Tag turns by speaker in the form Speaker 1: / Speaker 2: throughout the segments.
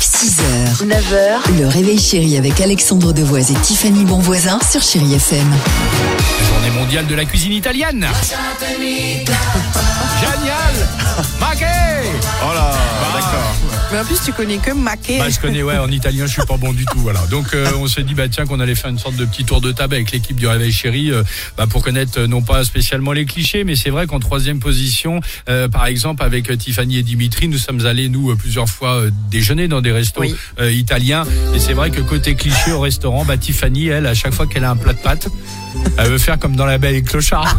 Speaker 1: 6h, 9h, le réveil chéri avec Alexandre Devoise et Tiffany Bonvoisin sur Chéri FM.
Speaker 2: Journée mondiale de la cuisine italienne. Génial Maquet
Speaker 3: Oh là, d'accord.
Speaker 4: Mais en plus, tu connais que Maquet.
Speaker 2: Bah, je connais, ouais, en italien, je suis pas bon du tout, voilà. Donc, euh, on s'est dit, bah, tiens, qu'on allait faire une sorte de petit tour de table avec l'équipe du Réveil Chéri, euh, bah, pour connaître, euh, non pas spécialement les clichés, mais c'est vrai qu'en troisième position, euh, par exemple, avec euh, Tiffany et Dimitri, nous sommes allés, nous, euh, plusieurs fois euh, déjeuner dans des restos
Speaker 4: Oui.
Speaker 2: euh, italiens. Et c'est vrai que côté cliché au restaurant, bah, Tiffany, elle, à chaque fois qu'elle a un plat de pâtes, elle veut faire comme dans la belle et le clochard.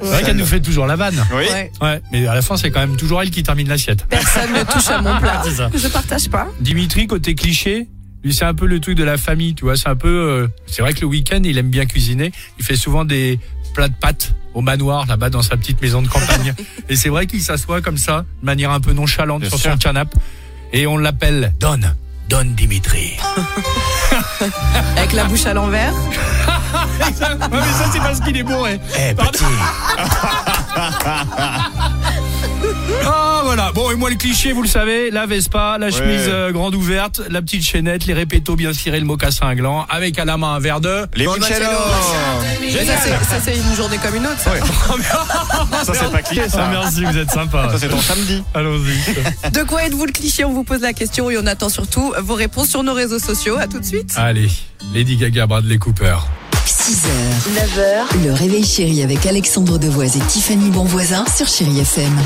Speaker 2: c'est vrai qu'elle nous fait toujours la vanne.
Speaker 3: Oui.
Speaker 4: Ouais.
Speaker 2: Ouais, mais à la fin, c'est quand même toujours elle qui termine l'assiette.
Speaker 4: Personne ne touche à mon plat.
Speaker 2: C'est ça.
Speaker 4: Je partage pas.
Speaker 2: Dimitri, côté cliché, lui, c'est un peu le truc de la famille, tu vois. C'est un peu. euh, c'est vrai que le week-end, il aime bien cuisiner. Il fait souvent des plats de pâtes au manoir, là-bas, dans sa petite maison de campagne. Et c'est vrai qu'il s'assoit comme ça, de manière un peu nonchalante,
Speaker 3: Bien
Speaker 2: sur
Speaker 3: sûr.
Speaker 2: son canapé. Et on l'appelle Don. Don Dimitri.
Speaker 4: Avec la bouche à l'envers.
Speaker 2: ouais, mais Ah ça, c'est parce qu'il est bourré.
Speaker 5: Eh, petit.
Speaker 2: Ah voilà, bon et moi le cliché vous le savez, la Vespa, la chemise euh, grande ouverte, la petite chaînette, les répétos bien cirés, le mocassin à gland, avec à la main un verre de...
Speaker 3: Les Moncello.
Speaker 4: Ça, c'est- ça, c'est une journée comme une autre. ça.
Speaker 3: Ah, Ça, c'est pas cliché, ça.
Speaker 2: Ah, merci, vous êtes sympa.
Speaker 3: Ça, c'est ton samedi.
Speaker 2: Allons-y.
Speaker 4: De quoi êtes-vous le cliché On vous pose la question et on attend surtout euh, vos réponses sur nos réseaux sociaux. À tout de suite.
Speaker 2: Allez, Lady Gaga, Bradley Cooper.
Speaker 1: 6h, 9h, le réveil chéri avec Alexandre Devoise et Tiffany Bonvoisin sur Chéri FM.